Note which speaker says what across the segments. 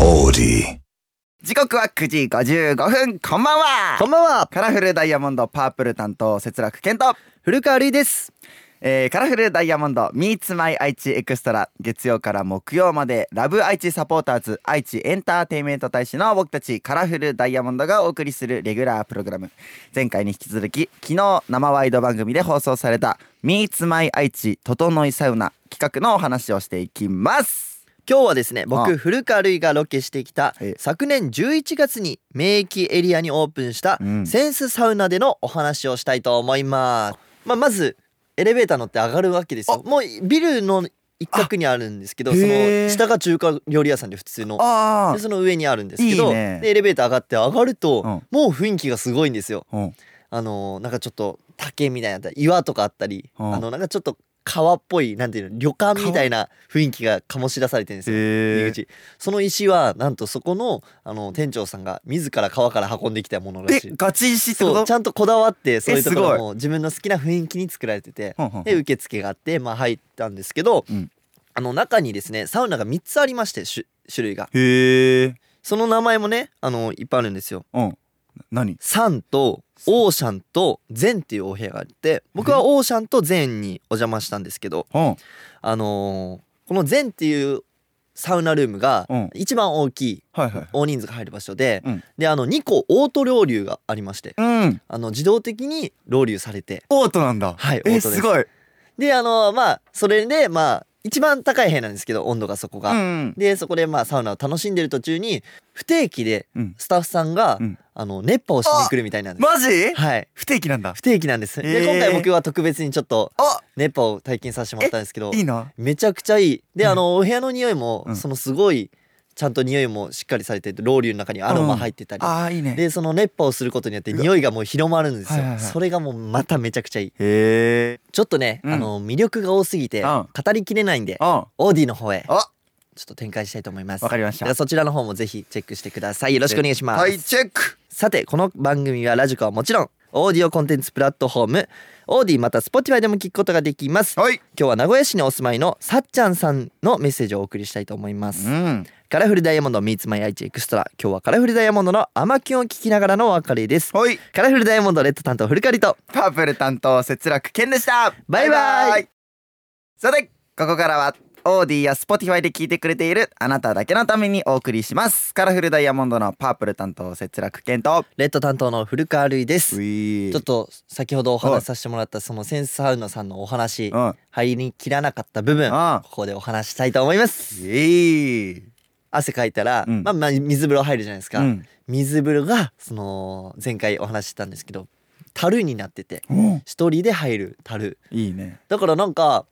Speaker 1: オーデ
Speaker 2: 時刻は9時55分こんばんは
Speaker 3: こんばんは、
Speaker 2: カラフルダイヤモンドパープル担当節楽健と、
Speaker 3: 古川瑠衣です。
Speaker 2: えー、カラフルダイヤモンド Meets My 愛知エクストラ月曜から木曜までラブ愛知サポーターズ愛知エンターテインメント大使の僕たちカラフルダイヤモンドがお送りするレギュラープログラム前回に引き続き昨日生ワイド番組で放送された Meets My 愛知整いサウナ企画のお話をしていきます
Speaker 3: 今日はですね、
Speaker 2: あ
Speaker 3: 僕古川瑠衣がロケしてきた
Speaker 2: ええ
Speaker 3: 昨年11月に免疫エリアにオープンした
Speaker 2: うん
Speaker 3: センスサウナでのお話をしたいと思います。まあまずエレベーター乗って上がるわけですよ。もうビルの一角にあるんですけど、
Speaker 2: あ
Speaker 3: そ
Speaker 2: へえ
Speaker 3: の下が中華料理屋さんで普通の。
Speaker 2: あ
Speaker 3: でその上にあるんですけど
Speaker 2: いいね
Speaker 3: でエレベーター上がって上がると、
Speaker 2: うん
Speaker 3: もう雰囲気がすごいんですよ。
Speaker 2: あ、うん、
Speaker 3: あのーなんかちょっと竹みたいなのあったり岩とかあったり、
Speaker 2: うん
Speaker 3: あのなんかちょっと川っぽいなんていうの旅館みたいな雰囲気が醸し出されてるんですよ。入
Speaker 2: え
Speaker 3: り口その石はなんとそこのあの店長さんが自ら川から運んできたものら
Speaker 2: え
Speaker 3: しい。
Speaker 2: ガチ石ってこ
Speaker 3: そ
Speaker 2: と
Speaker 3: うちゃんとこだわってそういうとこ
Speaker 2: すごい
Speaker 3: ろも自分の好きな雰囲気に作られてて
Speaker 2: うんうんうん
Speaker 3: で受付があってまあ入ったんですけど、
Speaker 2: うん
Speaker 3: あの中にですねサウナが3つありまして種種類が
Speaker 2: へえ
Speaker 3: その名前もねあのいっぱいあるんですよ。
Speaker 2: うん何
Speaker 3: サンとオーシャンとゼンっていうお部屋があって僕はオーシャンとゼンにお邪魔したんですけど
Speaker 2: うん
Speaker 3: あのーこのゼンっていうサウナルームが
Speaker 2: うん
Speaker 3: 一番大きい
Speaker 2: はいはい
Speaker 3: 大人数が入る場所で、
Speaker 2: うん
Speaker 3: であの2個オート料流がありまして
Speaker 2: うん
Speaker 3: あの自動的に漏流されて
Speaker 2: オートなんだ
Speaker 3: はいオート
Speaker 2: え
Speaker 3: です
Speaker 2: すごい
Speaker 3: であのーまあそれでまあ一番高い部屋なんですけど温度がそこが、
Speaker 2: うん
Speaker 3: でそこでまあサウナを楽しんでる途中に不定期で
Speaker 2: うん
Speaker 3: スタッフさんが、
Speaker 2: うん
Speaker 3: あの熱波をしに来るみたいなんです、
Speaker 2: マジ
Speaker 3: はい
Speaker 2: 不定期なんだ
Speaker 3: 不定期なんです、
Speaker 2: へー
Speaker 3: で今回僕は特別にちょっと
Speaker 2: あ
Speaker 3: 熱波を体験させてもらったんですけど
Speaker 2: いいな
Speaker 3: めちゃくちゃいい
Speaker 2: う
Speaker 3: で
Speaker 2: ん
Speaker 3: あのお部屋の匂いも、
Speaker 2: うん
Speaker 3: そのすごいちゃんと匂いもしっかりされててロウリュの中にアロマ入ってたり、
Speaker 2: あーいいね
Speaker 3: でその熱波をすることによって匂いがもう広まるんですよ、
Speaker 2: はいはいはい
Speaker 3: それがもうまためちゃくちゃいい
Speaker 2: へえ
Speaker 3: ちょっとね、
Speaker 2: うん
Speaker 3: あの魅力が多すぎて
Speaker 2: うん
Speaker 3: 語りきれないんで、
Speaker 2: あ
Speaker 3: オーディの方へちょ
Speaker 2: あ
Speaker 3: っと展開したいと思います
Speaker 2: わかりまし
Speaker 3: では
Speaker 2: た
Speaker 3: そちらの方もぜひチェックしてくださいよろしくお願いします、
Speaker 2: はいチェック
Speaker 3: さてこの番組はラジコはもちろんオーディオコンテンツプラットフォームオーディまた Spotify でも聞くことができます
Speaker 2: はい
Speaker 3: 今日は名古屋市にお住まいのさっちゃんさんのメッセージをお送りしたいと思います、
Speaker 2: ん
Speaker 3: カラフルダイヤモンド Meets My 愛知エクストラ今日はカラフルダイヤモンドの甘キュンを聞きながらのお別れです
Speaker 2: はい
Speaker 3: カラフルダイヤモンドレッド担当フルカリと
Speaker 2: パープル担当節楽健でした
Speaker 3: バイバイ
Speaker 2: さてここからはオーディやスポティファイで聞いてくれているあなただけのためにお送りしますカラフルダイヤモンドのパープル担当節楽健と
Speaker 3: レッド担当の古川るいです
Speaker 2: ィ
Speaker 3: ちょっと先ほどお話しさせてもらったそのセンスサウナさんのお話
Speaker 2: うん
Speaker 3: 入りきらなかった部分
Speaker 2: うん
Speaker 3: ここでお話ししたいと思います
Speaker 2: えい
Speaker 3: 汗かいたら、
Speaker 2: うん
Speaker 3: まあまあ水風呂入るじゃないですか、
Speaker 2: うん
Speaker 3: 水風呂がその前回お話ししたんですけど樽になってて
Speaker 2: うん
Speaker 3: 一人で入る樽
Speaker 2: いいね
Speaker 3: だからなんか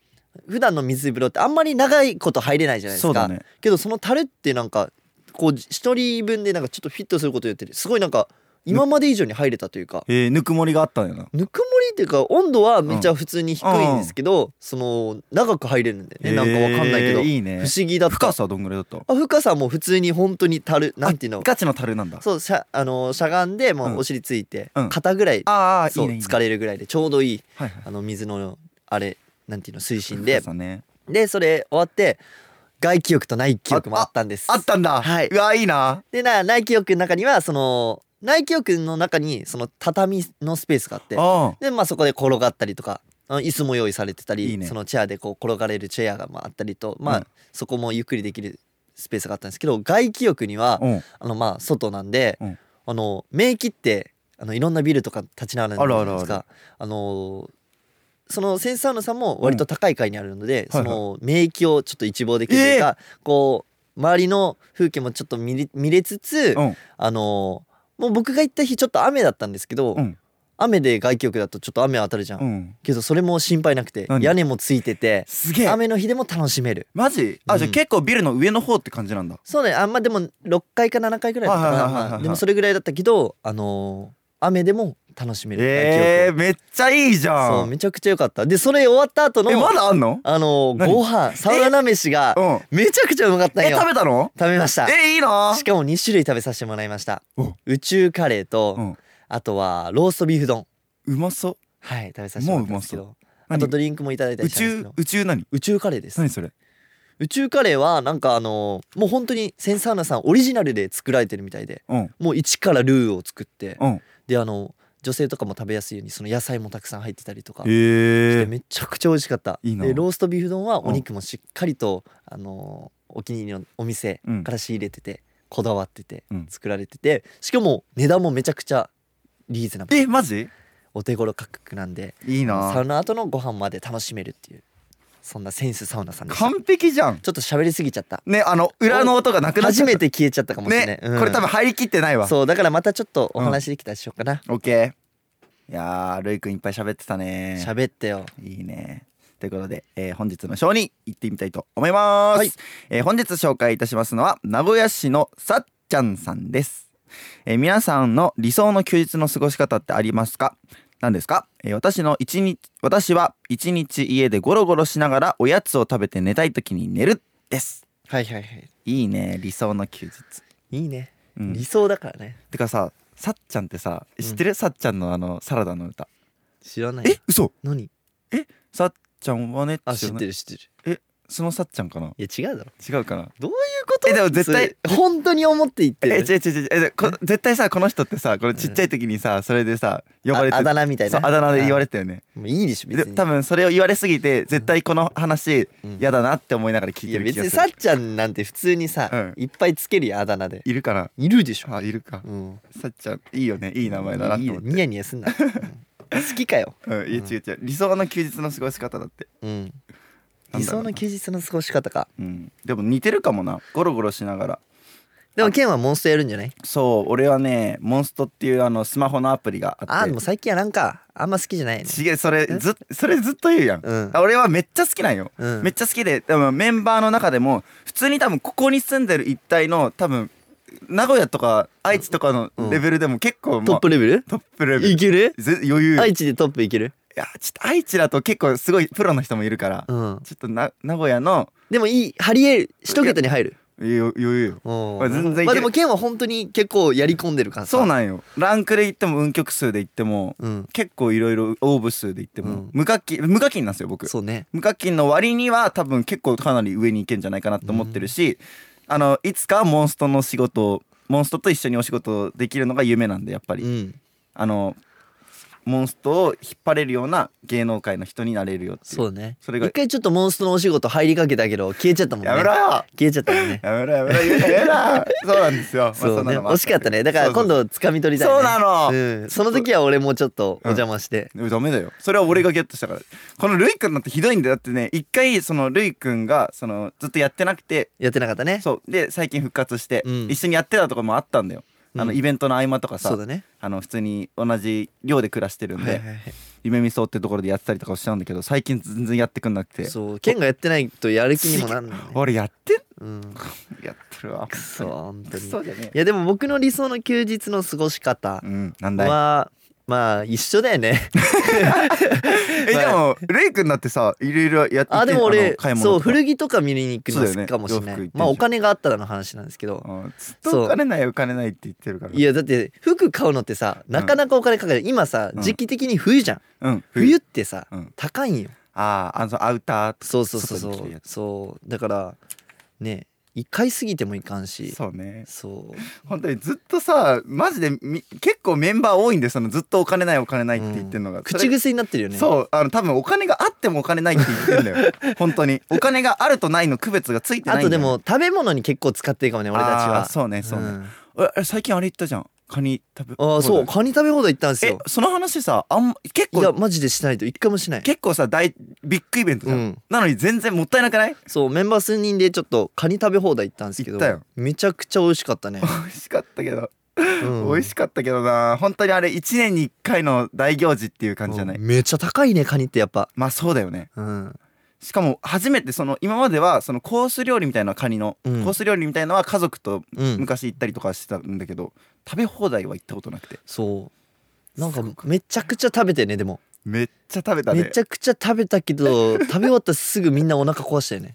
Speaker 3: 普段の水風呂ってあんまり長いこと入れないじゃないですか
Speaker 2: そうだね
Speaker 3: けどその樽ってなんかこう一人分でなんかちょっとフィットすることによってすごいなんか今まで以上に入れたというか
Speaker 2: えー、ぬくもりがあったんやな
Speaker 3: ぬくもりっていうか温度はめっちゃ普通に低いんですけど、その長く入れるんでね、なんかわかんないけど、
Speaker 2: えーいいね
Speaker 3: 不思議だった
Speaker 2: 深さはどんぐらいだった
Speaker 3: あ深さも普通に本当に樽なんていうの
Speaker 2: ガチの樽なんだ
Speaker 3: そうしゃあのしゃがんでも
Speaker 2: ん
Speaker 3: うお尻ついて、
Speaker 2: うん
Speaker 3: 肩ぐらい
Speaker 2: ああいい
Speaker 3: そ
Speaker 2: うねいいね
Speaker 3: 疲れるぐらいでちょうどいい
Speaker 2: はいはい
Speaker 3: あの水のあれなんていうの水深で
Speaker 2: 深さね
Speaker 3: でそれ終わって外気浴と内気浴もあったんです
Speaker 2: あったんだ
Speaker 3: はいう
Speaker 2: わいいな
Speaker 3: でな内気浴の中にはその内気浴の中にその畳のスペースがあって
Speaker 2: あ
Speaker 3: でまあそこで転がったりとかあの椅子も用意されてたり
Speaker 2: いいね
Speaker 3: そのチェアでこう転がれるチェアがまああったりとまあ、
Speaker 2: うん
Speaker 3: そこもゆっくりできるスペースがあったんですけど外気浴には
Speaker 2: あうん
Speaker 3: あのまあ外なんで、
Speaker 2: うん
Speaker 3: あの免疫ってあのいろんなビルとか立ち並んでるじゃないです
Speaker 2: あ
Speaker 3: か。あのそのセンサーのさんも割と高い階にあるので、
Speaker 2: うんはいはい
Speaker 3: その免疫をちょっと一望できるというか、こう周りの風景もちょっと見れ見れつつ、
Speaker 2: うん
Speaker 3: あのもう僕が行った日ちょっと雨だったんですけど、
Speaker 2: うん
Speaker 3: 雨で外気浴だとちょっと雨当たるじゃん、
Speaker 2: うん
Speaker 3: けどそれも心配なくて
Speaker 2: 何
Speaker 3: 屋根もついてて
Speaker 2: すげえ
Speaker 3: 雨の日でも楽しめる
Speaker 2: マジあじゃ
Speaker 3: う
Speaker 2: あ
Speaker 3: ん
Speaker 2: 結構ビルの上の方って感じなんだ
Speaker 3: そうねあんまでも6階か7階ぐらいだったかな
Speaker 2: はいはいはいはいはい
Speaker 3: まあでもそれぐらいだったけどあのー雨でも楽しめる
Speaker 2: えー、めっちゃいいじ
Speaker 3: 外気浴
Speaker 2: ゃ
Speaker 3: そうんめちゃくちゃ良かったでそれ終わった後の
Speaker 2: えまだあんの
Speaker 3: あのー
Speaker 2: 何
Speaker 3: ご飯サウナ飯が
Speaker 2: うん
Speaker 3: めちゃくちゃうまかったん
Speaker 2: え
Speaker 3: よ
Speaker 2: 食べたの
Speaker 3: 食べました
Speaker 2: えいいな
Speaker 3: しかも2種類食べさせてもらいました
Speaker 2: お
Speaker 3: 宇宙カレーと、
Speaker 2: うん
Speaker 3: あとはローストビーフ丼
Speaker 2: うまそう
Speaker 3: はい食べさせてもらったんですけ
Speaker 2: も
Speaker 3: どあ
Speaker 2: 何
Speaker 3: とドリンクもいただいたり
Speaker 2: 宇
Speaker 3: したんですけ
Speaker 2: 宙
Speaker 3: ど
Speaker 2: 宇宙何
Speaker 3: 宇宙カレーです
Speaker 2: 何それ
Speaker 3: 宇宙カレーはなんかあのもう本当にセンサーナさんオリジナルで作られてるみたいで
Speaker 2: うん
Speaker 3: もう一からルーを作って
Speaker 2: うん
Speaker 3: であの女性とかも食べやすいようにその野菜もたくさん入ってたりとか
Speaker 2: へ
Speaker 3: で
Speaker 2: え
Speaker 3: めちゃくちゃ美味しかった
Speaker 2: いいな
Speaker 3: でローストビーフ丼は
Speaker 2: うん
Speaker 3: お肉もしっかりと、あのーお気に入りのお店
Speaker 2: うん
Speaker 3: から仕入れてて、こだわってて
Speaker 2: うん
Speaker 3: 作られててしかも値段もめちゃくちゃリーズナブル
Speaker 2: えマジ
Speaker 3: お手頃価格なんで
Speaker 2: いい
Speaker 3: サウ
Speaker 2: な
Speaker 3: ナ後のご飯まで楽しめるっていうそんなセンスサウナさんでしたちょ
Speaker 2: 完璧じゃん
Speaker 3: っと喋りすぎちゃった
Speaker 2: ねあの裏の音がなくなっちゃ
Speaker 3: 初
Speaker 2: った
Speaker 3: めて消えちゃったかもしれない、
Speaker 2: ねこれ多分入りきってないわ
Speaker 3: そうだからまたちょっとお話できたらしようかな
Speaker 2: オッケーいやーるいくんいっぱい喋ってたね
Speaker 3: 喋ってよ
Speaker 2: いいね。ということで、えー本日のショーに行ってみたいと思います。
Speaker 3: はい
Speaker 2: えー本日紹介いたしますのは名古屋市のさっちゃんさんです。えー皆さんの理想の休日の過ごし方ってありますか？何ですか？えー私の一日私は一日家でゴロゴロしながらおやつを食べて寝たい時に寝るです。
Speaker 3: はいはいはい
Speaker 2: いいね理想の休日。
Speaker 3: いいね、
Speaker 2: うん
Speaker 3: 理想だからね
Speaker 2: てかささっちゃんってさ知ってる、さっちゃんのあのサラダの歌。
Speaker 3: 知らない
Speaker 2: え嘘？
Speaker 3: 何
Speaker 2: さっちゃんはね
Speaker 3: あ知っ
Speaker 2: ない
Speaker 3: てる知ってる
Speaker 2: そのさっちゃんかない
Speaker 3: や違うだろ
Speaker 2: 違うかな
Speaker 3: いうこと
Speaker 2: えでも絶対
Speaker 3: それ本当に思って言って
Speaker 2: え
Speaker 3: る
Speaker 2: 違う違う違うえでこ絶対さこの人ってさこのちっちゃい時にさそれでさ呼ばれ
Speaker 3: あ
Speaker 2: て
Speaker 3: あだ名みたい
Speaker 2: そう
Speaker 3: な
Speaker 2: あだ名で言われて
Speaker 3: て
Speaker 2: たよね
Speaker 3: もういいでしょ
Speaker 2: で
Speaker 3: 別に
Speaker 2: 多分それを言われすぎて絶対この話
Speaker 3: うん
Speaker 2: 嫌だなって思いながら聞いて
Speaker 3: いや
Speaker 2: る気
Speaker 3: 別
Speaker 2: が
Speaker 3: に
Speaker 2: す
Speaker 3: さっ
Speaker 2: る
Speaker 3: ちゃんなんて普通にさ、
Speaker 2: うん
Speaker 3: いっぱいつけるよあだ名で
Speaker 2: いるかない
Speaker 3: るでしょ、
Speaker 2: あいるか
Speaker 3: うん、
Speaker 2: さっちゃんいいよねいい名前だなと思って
Speaker 3: ニヤニ ヤすんな、うん好きかよ、
Speaker 2: うんいや違う違う理想の休日の過ごし方だって
Speaker 3: うん、
Speaker 2: な
Speaker 3: 理
Speaker 2: んだろ
Speaker 3: 想
Speaker 2: うな
Speaker 3: の休日の過ごし方か
Speaker 2: うんでも似てるかもなゴロゴロしながら
Speaker 3: でもケンはモンストやるんじゃない
Speaker 2: そう俺はねモンストっていうあのスマホのアプリがあって
Speaker 3: あーでも最近はなんかあんま好きじゃないね
Speaker 2: 違うそれずっそれずっと言うやん
Speaker 3: うん
Speaker 2: あ俺はめっちゃ好きなんよ、
Speaker 3: うん
Speaker 2: めっちゃ好きで多分メンバーの中でも普通に多分ここに住んでる一帯の多分名古屋とか愛知とかのレベルでも結構、まあ
Speaker 3: トップレベル
Speaker 2: トップレベ
Speaker 3: い
Speaker 2: ル
Speaker 3: ける
Speaker 2: ぜ余裕、い
Speaker 3: 愛知でトップいける
Speaker 2: やちょっと愛知だと結構すごいプロの人もいるから、
Speaker 3: うん
Speaker 2: ちょっとな名古屋の
Speaker 3: でもいい張り得る一桁に入る
Speaker 2: 余余裕よ
Speaker 3: うん
Speaker 2: まあ全然いける
Speaker 3: まあでもケンは本当に結構やり込んでるからさ
Speaker 2: そうなんよランクで言っても運曲数で言っても
Speaker 3: うん
Speaker 2: 結構いろいろ応募数で言っても、
Speaker 3: うん
Speaker 2: 無課金無課金なんですよ僕
Speaker 3: そうね
Speaker 2: 無課金の割には多分結構かなり上に行けんじゃないかなと思ってるし、あのいつかはモンストの仕事をモンストと一緒にお仕事できるのが夢なんでやっぱり、
Speaker 3: うん
Speaker 2: あのモンストを引っ張れるような芸能界の人になれるよっていう
Speaker 3: そうね
Speaker 2: それが
Speaker 3: 一回ちょっとモンストのお仕事入りかけたけど消えちゃったもんね
Speaker 2: やめろよ
Speaker 3: 消えちゃったも んね
Speaker 2: やめろやめろ言うな言うなそうなんですよまあ
Speaker 3: そうね
Speaker 2: んなのもあ
Speaker 3: 惜しかったねだから今
Speaker 2: そう
Speaker 3: 度掴み取りたいね
Speaker 2: そうなの
Speaker 3: うんその時は俺もちょっとお邪魔して
Speaker 2: そうダメだよそれは俺がゲットしたからこのルイくんなんてひどいんだよだってね一回そのルイくんがそのずっとやってなくて
Speaker 3: やってなかったね
Speaker 2: そうで最近復活して、
Speaker 3: うん
Speaker 2: 一緒にやってたとこもあったんだよ、あの
Speaker 3: うん
Speaker 2: イベントの合間とかさ
Speaker 3: そうだね
Speaker 2: あの普通に同じ寮で暮らしてるんで、
Speaker 3: はいはいはい
Speaker 2: 夢見そうってところでやってたりとかしちゃうんだけど最近全然やってくんなくて
Speaker 3: そうケンがやってないとやる気にもなんないね
Speaker 2: 俺やってん
Speaker 3: うん
Speaker 2: やってるわ
Speaker 3: くそ本当
Speaker 2: ク
Speaker 3: に
Speaker 2: ソじゃね
Speaker 3: いやでも僕の理想の休日の過ごし方
Speaker 2: えうんなんだい
Speaker 3: はまあ一緒だよね
Speaker 2: えでもレイくんだってさいろいろやって
Speaker 3: あでも
Speaker 2: 行ってんの
Speaker 3: 俺
Speaker 2: 買い物
Speaker 3: そう
Speaker 2: とか
Speaker 3: 古着とか見に行く
Speaker 2: そう
Speaker 3: の
Speaker 2: だよね
Speaker 3: 好きかもしれな
Speaker 2: 洋
Speaker 3: い、
Speaker 2: 服行ってんじゃん
Speaker 3: まあお金があったらの話なんですけど
Speaker 2: うんずっとお金ないお金ないって言ってるから
Speaker 3: いやだって服買うのってさなかなかお金かかる、今さ
Speaker 2: うん
Speaker 3: 時期的に冬じゃん、
Speaker 2: うん
Speaker 3: 冬ってさ、
Speaker 2: うん
Speaker 3: 高いんよ
Speaker 2: あああのアウターとか
Speaker 3: そうそうそうそ
Speaker 2: 外に着るや
Speaker 3: う
Speaker 2: つ
Speaker 3: そうだからね一回過ぎてもいかんし
Speaker 2: そうね
Speaker 3: そう
Speaker 2: 本当にずっとさマジでみ結構メンバー多いんでそのずっとお金ないお金ないって言ってるのが、
Speaker 3: うん
Speaker 2: それ
Speaker 3: 口癖になってるよね
Speaker 2: そうあの多分お金があってもお金ないって言ってん だよ本当にお金があるとないの区別がついて
Speaker 3: あ
Speaker 2: ないん
Speaker 3: と
Speaker 2: だ
Speaker 3: で
Speaker 2: よ
Speaker 3: も食べ物に結構使ってるかもね俺たち
Speaker 2: あ
Speaker 3: は
Speaker 2: ーそうねそうね、
Speaker 3: ん
Speaker 2: ええ最近あれ言ったじゃんカニ食べ
Speaker 3: ああそう
Speaker 2: だ
Speaker 3: カニ食べ放題行ったんです
Speaker 2: え
Speaker 3: よ
Speaker 2: その話さあんま結
Speaker 3: いや
Speaker 2: 構
Speaker 3: マジでしないと一回もしない
Speaker 2: 結構さ大ビッグイベントじ
Speaker 3: う
Speaker 2: ゃん、
Speaker 3: ん
Speaker 2: なのに全然もったいなく ない
Speaker 3: そうメンバー数人でちょっとカニ食べ放題行ったんですけ
Speaker 2: 行った
Speaker 3: ど
Speaker 2: よ
Speaker 3: めちゃくちゃ美味しかったね
Speaker 2: 美味しかったけど、
Speaker 3: 美
Speaker 2: 美味しかったけどな本当にあれ1年に1回の大行事っていう感じじゃない、
Speaker 3: めっちゃ高いねカニってやっぱ
Speaker 2: まあそうだよね
Speaker 3: うん
Speaker 2: しかも初めてその今まではそのコース料理みたいなカニの、
Speaker 3: うん
Speaker 2: コース料理みたいのは家族と
Speaker 3: うん
Speaker 2: 昔行ったりとかしてたんだけど食べ放題は行ったことなくて
Speaker 3: そうなんかめちゃくちゃ食べてねでも
Speaker 2: めっちゃ食べたね
Speaker 3: めちゃくちゃ食べたけど食べ終わったらすぐみんなお腹壊したよね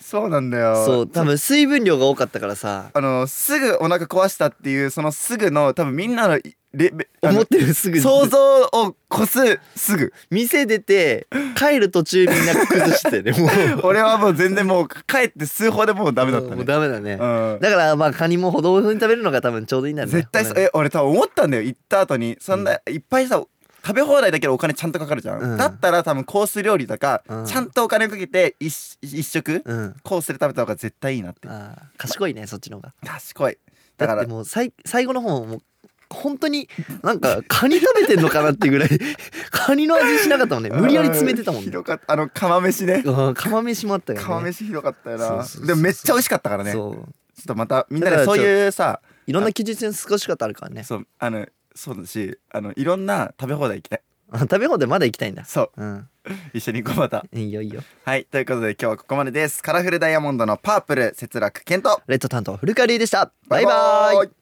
Speaker 2: そうなんだよ
Speaker 3: そう多分水分量が多かったからさ
Speaker 2: あのすぐお腹壊したっていうそのすぐの多分みんなのいレベあの
Speaker 3: 思ってるすぐ
Speaker 2: 想像を超すすぐ
Speaker 3: 店出て帰る途中みんな崩して ねもう
Speaker 2: 俺はもう全然もう帰って数歩でもうダメだった
Speaker 3: もう
Speaker 2: ね
Speaker 3: ダメだね、
Speaker 2: うん
Speaker 3: だからまあカニも程よに食べるのが多分ちょうどいいんだね
Speaker 2: 絶対そ
Speaker 3: 骨
Speaker 2: え俺多分思ったんだよ行った後にそんな、いっぱいさ食べ放題だけどお金ちゃんとかかるじゃん、
Speaker 3: うん
Speaker 2: だったら多分コース料理とか、
Speaker 3: うん
Speaker 2: ちゃんとお金かけて一一食
Speaker 3: うん
Speaker 2: コースで食べた方が絶対いいなって
Speaker 3: あー賢いねそっちの方が
Speaker 2: 賢いだ
Speaker 3: だ
Speaker 2: か
Speaker 3: っ
Speaker 2: ら
Speaker 3: てもうさい最後の方もう本当になんかカニ食べてんのかなっていうぐら いカニの味しなかったもんね無理やり詰めてたもん
Speaker 2: ひ
Speaker 3: ね
Speaker 2: どかったあの釜飯ね
Speaker 3: うん釜飯もあったよね
Speaker 2: 釜飯ひどかったよ
Speaker 3: そう
Speaker 2: な
Speaker 3: そうそう
Speaker 2: でもめっちゃ美味しかったからねちょ
Speaker 3: そう
Speaker 2: っとまたみんな
Speaker 3: だ
Speaker 2: で
Speaker 3: からちょ
Speaker 2: そういうさ
Speaker 3: いろんな休日に少し方あるからね
Speaker 2: そうあのそうだしあのいろんな食べ放題行きたい
Speaker 3: あ食べ放題まだ行きたいんだ
Speaker 2: そう
Speaker 3: うん
Speaker 2: 一緒に行こうまた
Speaker 3: いいよいいよ
Speaker 2: はいということで今日はここまでですカラフルダイヤモンドのパープル節楽健と
Speaker 3: レッド担当古川隆でしたバイバイ
Speaker 2: イ